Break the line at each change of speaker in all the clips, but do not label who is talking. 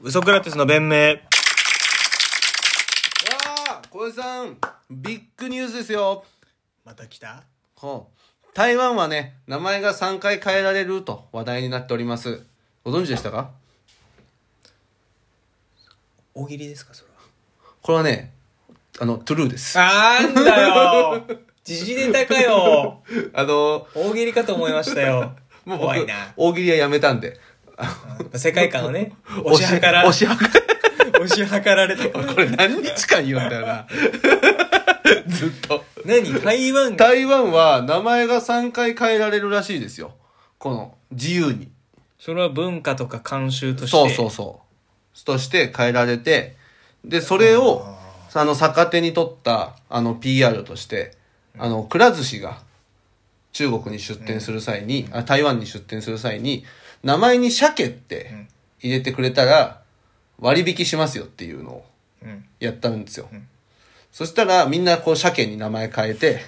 ウソクラテスの弁明。
わあ小江さんビッグニュースですよ、
また来た
ほう台湾はね名前が3回変えられると話題になっておりますご存知でしたか
大喜利ですか、それは。
これはねあのトゥルーですあ
なんだよ 時事ネタかよ
の
大喜利かと思いましたよ。
もう
怖い
僕
な。
大喜利はやめたんで
世界観を ね、押し量ら、
押
押し
し量ら
量られて。
これ何日間言うんだ よなずっと
何台湾が。
台湾は名前が3回変えられるらしいですよこの自由に
それは文化とか慣習として。
そうそうそうとして変えられてでそれをあの逆手に取ったあの PR としてあのくら寿司が中国に出店する際に、あ台湾に出店する際に名前に鮭って
ん
入れてくれたら割引しますよっていうのを
う。うん。
やったんですよ、
ん
そしたらみんなこう鮭に名前変 えて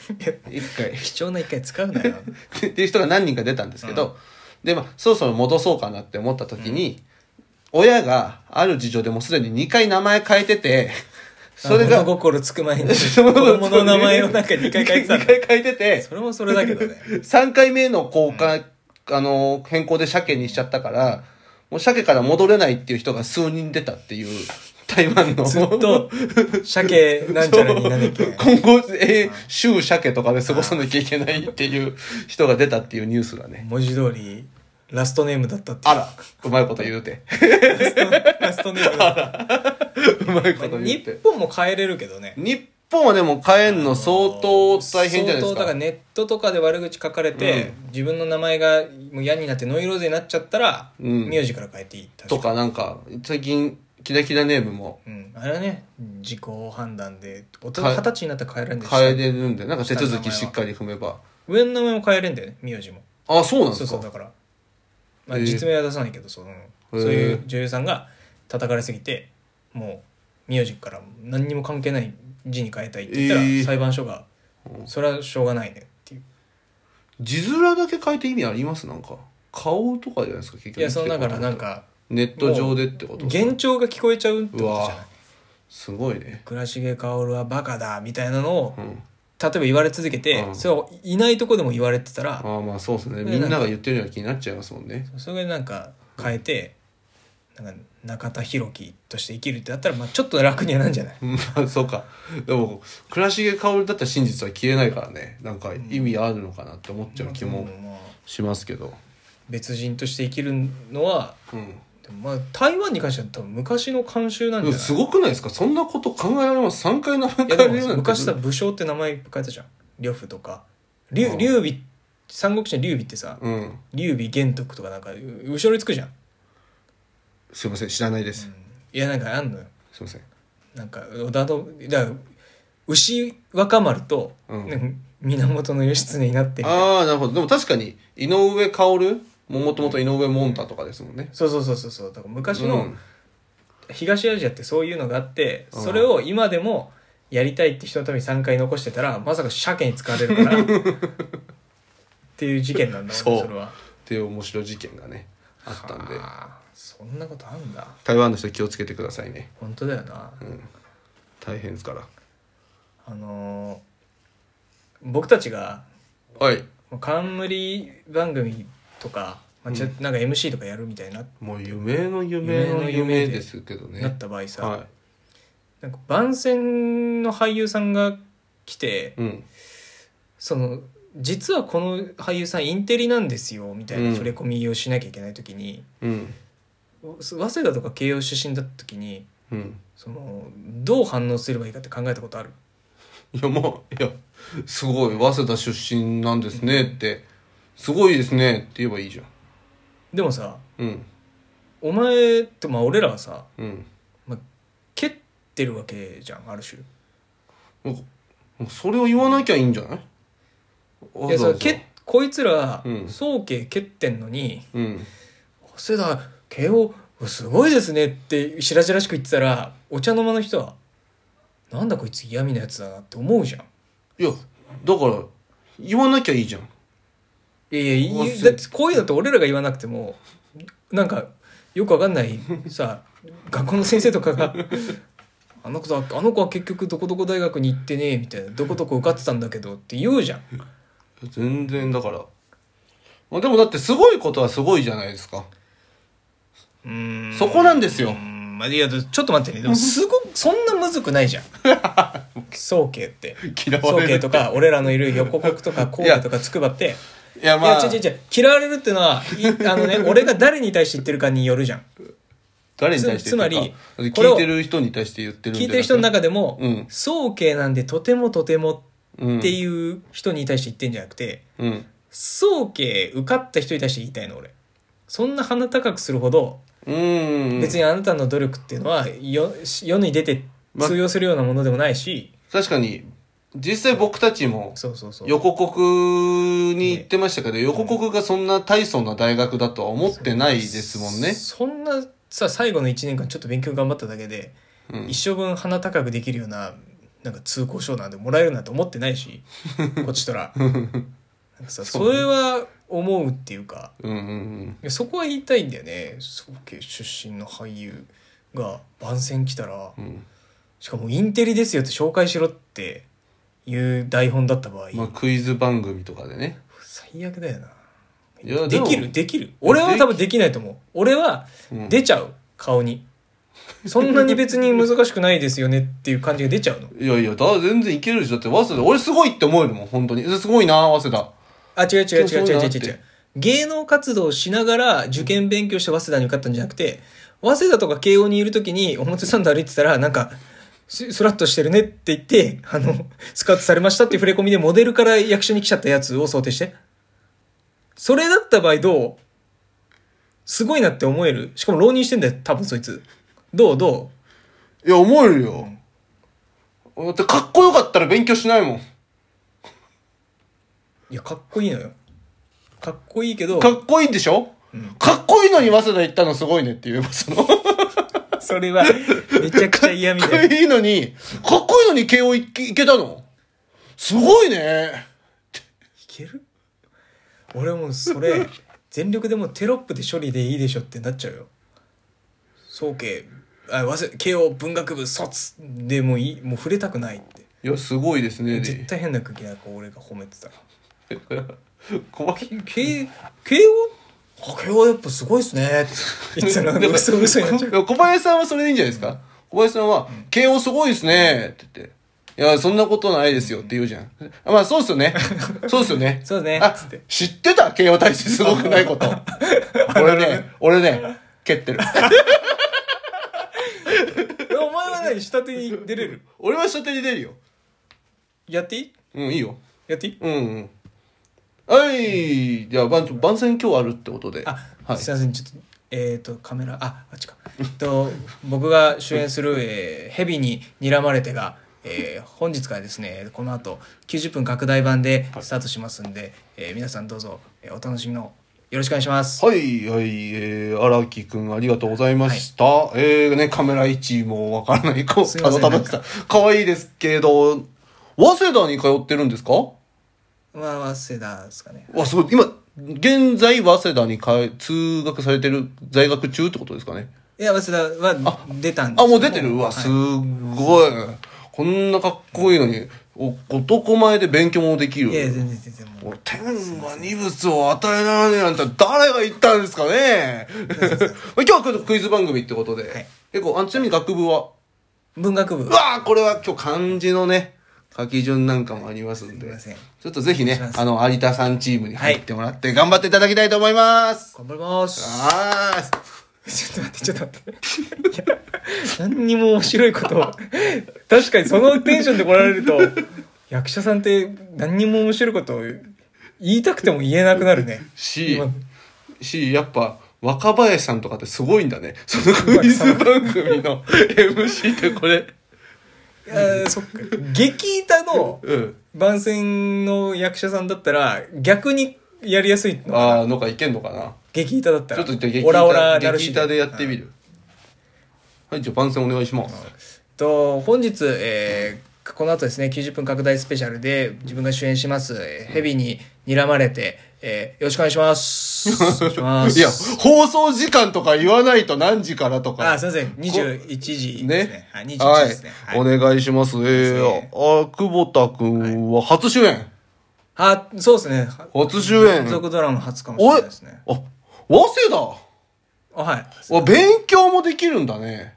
一回
貴重な一回使う なよ。
っていう人が何人か出たんですけど、で、まあ、そろそろ戻そうかなって思った時に、親がある事情でもうすでに2回名前変えてて、それ
あ
が、
物心つく前 に、子
その
供の名前をなんか2回書いてたん だ。
二回変えてて、
それもそれだけどね。
3回目の交換、あの、変更で鮭にしちゃったから、もう鮭から戻れないっていう人が数人出たっていう、台湾の。
ずっ と、鮭なんちゃらになんだっけ。
今後、えー週鮭とかで過ごさなきゃいけないっていう人が出たっていうニュースがね。
文字通り、ラストネームだったってい
あ
う。
ら、うまいこと言うて。
ラス トラストネームだった。
うまいこと言っ
日
て。
本も変えれるけどね。
日本はでも変えんの相当大変じゃない
相
で
当だ
す
から
か。
ネットとかで悪口書かれて、自分の名前がもう嫌になってノイローゼになっちゃったら、
うん
名字から変えていい確
とかなんか、最近、キラキラネームも
うん、あれはね自己判断で大人
変
二
え
十歳になったら変えられるんでしょ
変えれるんで、なんか手続きしっかり踏めば。
上の名前も変えれんだよね名字も
あ、そうなんで
そう
す
そう
か
だ。から、まあ、
へえ
実名は出さないけどそのそういう女優さんが叩かれすぎてもう名字から何にも関係ない字に変えたいって言ったら、
へえ
裁判所がそれはしょうがないねっていう
字面だけ変えて意味ありますなんか。顔とかじゃないですか、結局。
いやそのだからなん。か
ネット上でってこと
幻聴が聞こえちゃうってことじ
う
ゃ
わ
ない
すごいね。
倉重薫はバカだみたいなのを
うん。
例えば言われ続けて、
うん
それをいないとこでも言われてたら、
ああまあそうですね。
ね
みんなが言ってるような気になっちゃいますもんね。
それでなんか変えてなんか中田裕樹として生きるってなったら、まあ、ちょっと楽にはなんじゃない
まあ そうか。でも、倉重薫だったら真実は消えないからね。なんか意味あるのかなって思っちゃう気も
まあ
しますけど。
別人として生きるのは
うん。
でもまあ台湾に関しては多分昔の慣習なんじゃない
すごくないですかそんなこと考えられます3回名前
いや
変
で
えるよう
も
になって
昔さ武将って名前いっぱい変えたじゃん呂布とか
う
劉
ん
劉備三国志の劉備ってさ
うん
劉備玄徳とかなんかう後ろにつくじゃん
すいません知らないです、
いやなんかあんのよ
すいません
なんか織田のだから牛若丸と、
うん
ね源義経になってる
ああなるほどでも確かに井上薫ももともと井上もんたとかですもんね
そうそうそうそうそうだから昔
う
の
ん
東アジアってそういうのがあって、
うん
それを今でもやりたいって人のために3回残してたらまさか鮭に使われるから っていう事件なんだ
そう
それは
っていう面白い事件がねあったんで
はあそんなことあんだ
台湾の人気をつけてくださいね
本当だよな、
うん大変ですから
あのー僕たちが
はい
もう冠番組とか、まあちょなんか MC とかやるみたいにな,、
もう夢の
夢
夢の
の夢
夢
で
ですけど
な
ね
った場合さ、
は
なんか番宣の俳優さんが来て、
いうん
その実はこの俳優さんインテリなんですよみたいな
うん
触れ込みをしなきゃいけない時に、
うん
早稲田とか慶応出身だった時に
うん
そのどう反応すればいいかって考えたことある
いやもういやすごい早稲田出身なんですねってすごいですねって言えばいいじゃん
でもさ
うん
お前とまあ俺らはさ
うん
蹴ってるわけじゃんある種
もうもうそれを言わなきゃいいんじゃない
いやその蹴こいつら
うん
早慶蹴ってんのに
うん
早稲田慶応すごいですねって白々しく言ってたらお茶の間の人はなんだこいつ嫌味なやつだなって思うじゃん
いやだから言わなきゃいいじゃん
いやいや
もう
い
す
だってこういうのって俺らが言わなくてもなんかよくわかんないさ学校の先生とかが「あの子はあの子は結局どこどこ大学に行ってね」みたいな「どこどこ受かってたんだけど」って言うじゃん。
全然だから。まあ、でもだってすごいことはすごいじゃないですか。
うーん
そこなんですよ
うーんまあいやちょっと待ってねでもすごくそんなむずく ないじゃん宗慶って
嫌わ
宗
れる
慶
って
とか俺らのいる横国とか神戸とか筑波って
いや
いや
まあ
違う違う違う嫌われるってのはいあのね俺が誰に対して言ってるかによるじゃん
誰に対して言ってるか
つつまりこれ
聞
を
いてる人に対して言ってるんじ
聞
ゃ
い
なく
てる人の中でも
うん
宗慶なんでとてもとても
うん
っていう人に対して言ってんじゃなくて
うん
宗慶受かった人に対して言いたいの俺そんな鼻高くするほど
うん
別にあなたの努力っていうのはよ世に出て
ま
通用するようなものでもないし、
確かに実際僕たちも
そうそうそう
横国に行ってましたけど、横国がそんな大層な大学だとは思ってないですもんね。
そんなさ最後の1年間ちょっと勉強頑張っただけで、
うん
一生分鼻高くできるようななんか通行証なんてもらえるなんて思ってないしこっちと らなんかさそ
そうね
れは思うっていうか
うんうんうん。
いやそこは言いたいんだよね宗家出身の俳優が番宣来たら
うん
しかも「インテリですよ」って紹介しろっていう台本だった場合、
まあクイズ番組とかでね。
最悪だよない
や
で
で
き
も
るできる俺は多分できないと思う俺は
うん
出ちゃう顔にそんなに別に難しくないですよねっていう感じが出ちゃうの
いやいや、だ全然いけるでしょ。だって、早稲田、俺すごいって思えるもん、本当に。すごいな、早稲田。
あ違う違う
そ
違
う
う
そう
違う
だ
違
っ
う
て
違う芸能活動をしながら受験勉強して早稲田に受かったんじゃなくて早稲田とか慶応にいる時に表参道歩いてたらなんかススラッとしてるねって言ってあのスカウトされましたっていう触れ込みでモデルから役者に来ちゃったやつを想定してそれだった場合どうすごいなって思えるしかも浪人してんだよ多分そいつどうど
いや、思えるよ。だって、かっこよかったら勉強しないもん。
ういやかっこいいのよかっこいいけど
かっこいいんでしょ、かっこいいのに早稲田行ったのすごいねっていう、その、かっ
それはめちゃくちゃ嫌み
こ
たい
いいのに、かっこいいのに慶応行け行けたのすごいね。
いける俺もうそれ全力でもうテロップで処理でいいでしょってなっちゃうよ総慶あ早稲慶応文学部卒でもういいもう触れたくないって
いや、すごいですね。
絶対変な空気なんか俺が褒めてたら
怖い。
慶慶応あ慶応やっぱすごいっすねって言ってたら嘘嘘になっちゃ う
小林さんはそれでいいんじゃないですか小林さんは、慶応すごいですねって言って。いや、そんなことないですよって言うじゃん。あまあ、そうっすよね。 そうっすよね。
そうね
あ
つって、
知ってた慶応大使すごくない こと。俺ね、俺ね、蹴ってる。
お前は何下手に出れる
俺は初手に出るよ。
やっていい
うん、いいよ。
やっていい
うんうん。はい。じゃあ、番番宣今日あるってことで。
あ、
はい。
すいませんちょっとえっ、とカメラああっちか、えっと、僕が主演する「えー、ヘビに睨まれてが」えー本日からですねこの後90分拡大版でスタートしますんで、えー皆さんどうぞ、えーお楽しみのよろしくお願いします。
はい、はい、えー、荒木くんありがとうございました。えー、ね、カメラ位置もわからない、こう、
すい
た
ませ
だ
ん
たださん、可愛いですけど、早稲田に通ってるんですか
まあ早稲田ですかね。
わ、すごい。今、現在、早稲田に通通学されてる、在学中ってことですかね。
いや早稲田は出たんです
あ、もう出てるうわ、
はい
すごい。こんなかっこいいのに、お男前で勉強もできる。
いやいや全然全然もう
俺、天が二物を与えられないなんて誰が言ったんですかね 今日はこれクイズ番組ってことで、
はい
結構、あちなみに学部は、
文学部
うわあこれは今日漢字のね、書き順なんかもありますん
すい
で
ま、せん
ちょっとぜひ
お
ね
願いし、ます
あの、有田さんチームに入ってもらって頑張っていただきたいと思います。
頑張ります。
はーい。
ちょっと待って、ちょっと待って。いや、何にも面白いことを。確かにそのテンションで来られると、役者さんって何にも面白いことを言いたくても言えなくなるね。
し
今、
し、やっぱ、若林さんとかってすごいんだね。そのクイズ番組 の MC ってこれ、
いやそっか。劇板の
うん。
番宣の役者さんだったら、逆にやりやすいの
ああ、なんかいけんのかな。
劇板だった
ちょ
ら。
っと一回
オラオラなる
激
し。
板でやってみる。はい、じゃあ番宣お願いします。
と本日、えーこの後ですね、90分拡大スペシャルで自分が主演します、えーヘビに睨まれて、えーよろしくお願いします。お願いします。
いや、放送時間とか言わないと何時からとか。
あ、すいません。21時ですね
ね。。
はい、21時ですね。
は
はいい。
お願いします。え
ね
えあ、久保田くんは初主演。
あ、そうですね。
初主演
連続ドラマ初かもしれ
お
ないいですね。
あ、早稲田
あはい。
わ勉強もできるんだね。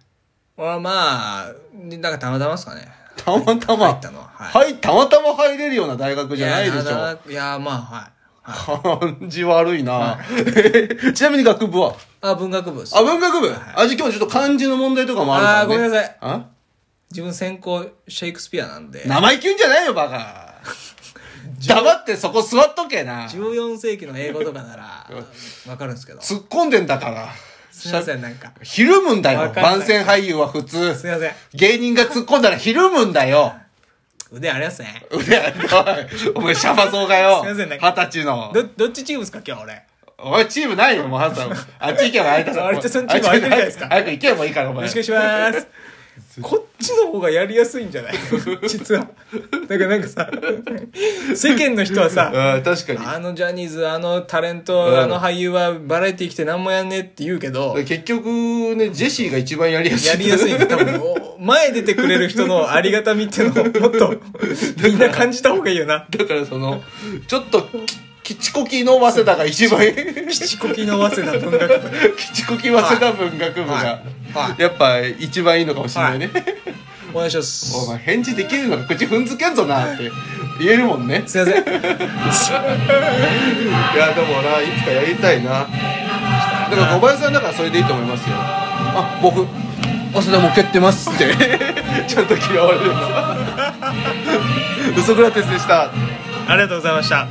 あまあ、なんかたまたまですかね。
たまたま。
入ったのはは
はい、たまたま入れるような大学じゃないでし
いや
ょ。
いや、まあ、はい。はい、
感じ悪いな。 ちなみに学部は
あ、文学部です
あ、。文学部あ、じゃあ今日ちょっと漢字の問題とかもあるから、ね。
あーごめんなさい
あ
自分専攻、シェイクスピアなんで。
生意気言うんじゃないよ、バカ。黙ってそこ座っとけな。突
14世紀の英語とかな ら、わかるんですけど。す
っ込んでんだから。
いません、なんか。
ひるむんだ
わ
よ。
かんない
番宣俳優は普
す
通。
いません。
芸人が突っ込んだらひるむんだよ。
腕ありますね。
うでおいお前、シャバそうがよ。
すいませんなん
二
か
十歳の。
ど、どっちチームですか、今日俺。
お前、チームないよ、もう、ハンさん。あっち行けば、相手さん。
あ有田さんチーム空いてるじゃないですか
早く行けばいいから、お
よ
前。
ろしくお願いし ます。こっちの方がやりやすいんじゃ ない実は。だからなんかさ、世間の人はさ、
うん、確かに。
あのジャニーズ、あのタレン
うん
ト、あの俳優はバラエティ来て何もやんねえって言うけど、
結局ね、ジェシーが一番やりやすい。
やりやすい。多分、お前出てくれる人のありがたみっていうのをもっ と、みんな感じた方がいいよな。
だからその、ちょっと、ききちこきの早稲田が一番、
きちこきの早稲田文学部。
きちこき早稲田文学部が
は、
やっぱ一番いいのかもしれないね。
お願いしま
お
す。
前返事できるのか口踏んづけんぞなって言えるもんね。
すいません。
いや、でもな、いつかやりたいな。だから小林さんだからそれでいいと思いますよ。あ、僕、早稲田もう蹴ってますって。 ちゃんと 嫌われるんだ。ウソクラテスでした。
ありがとうございました。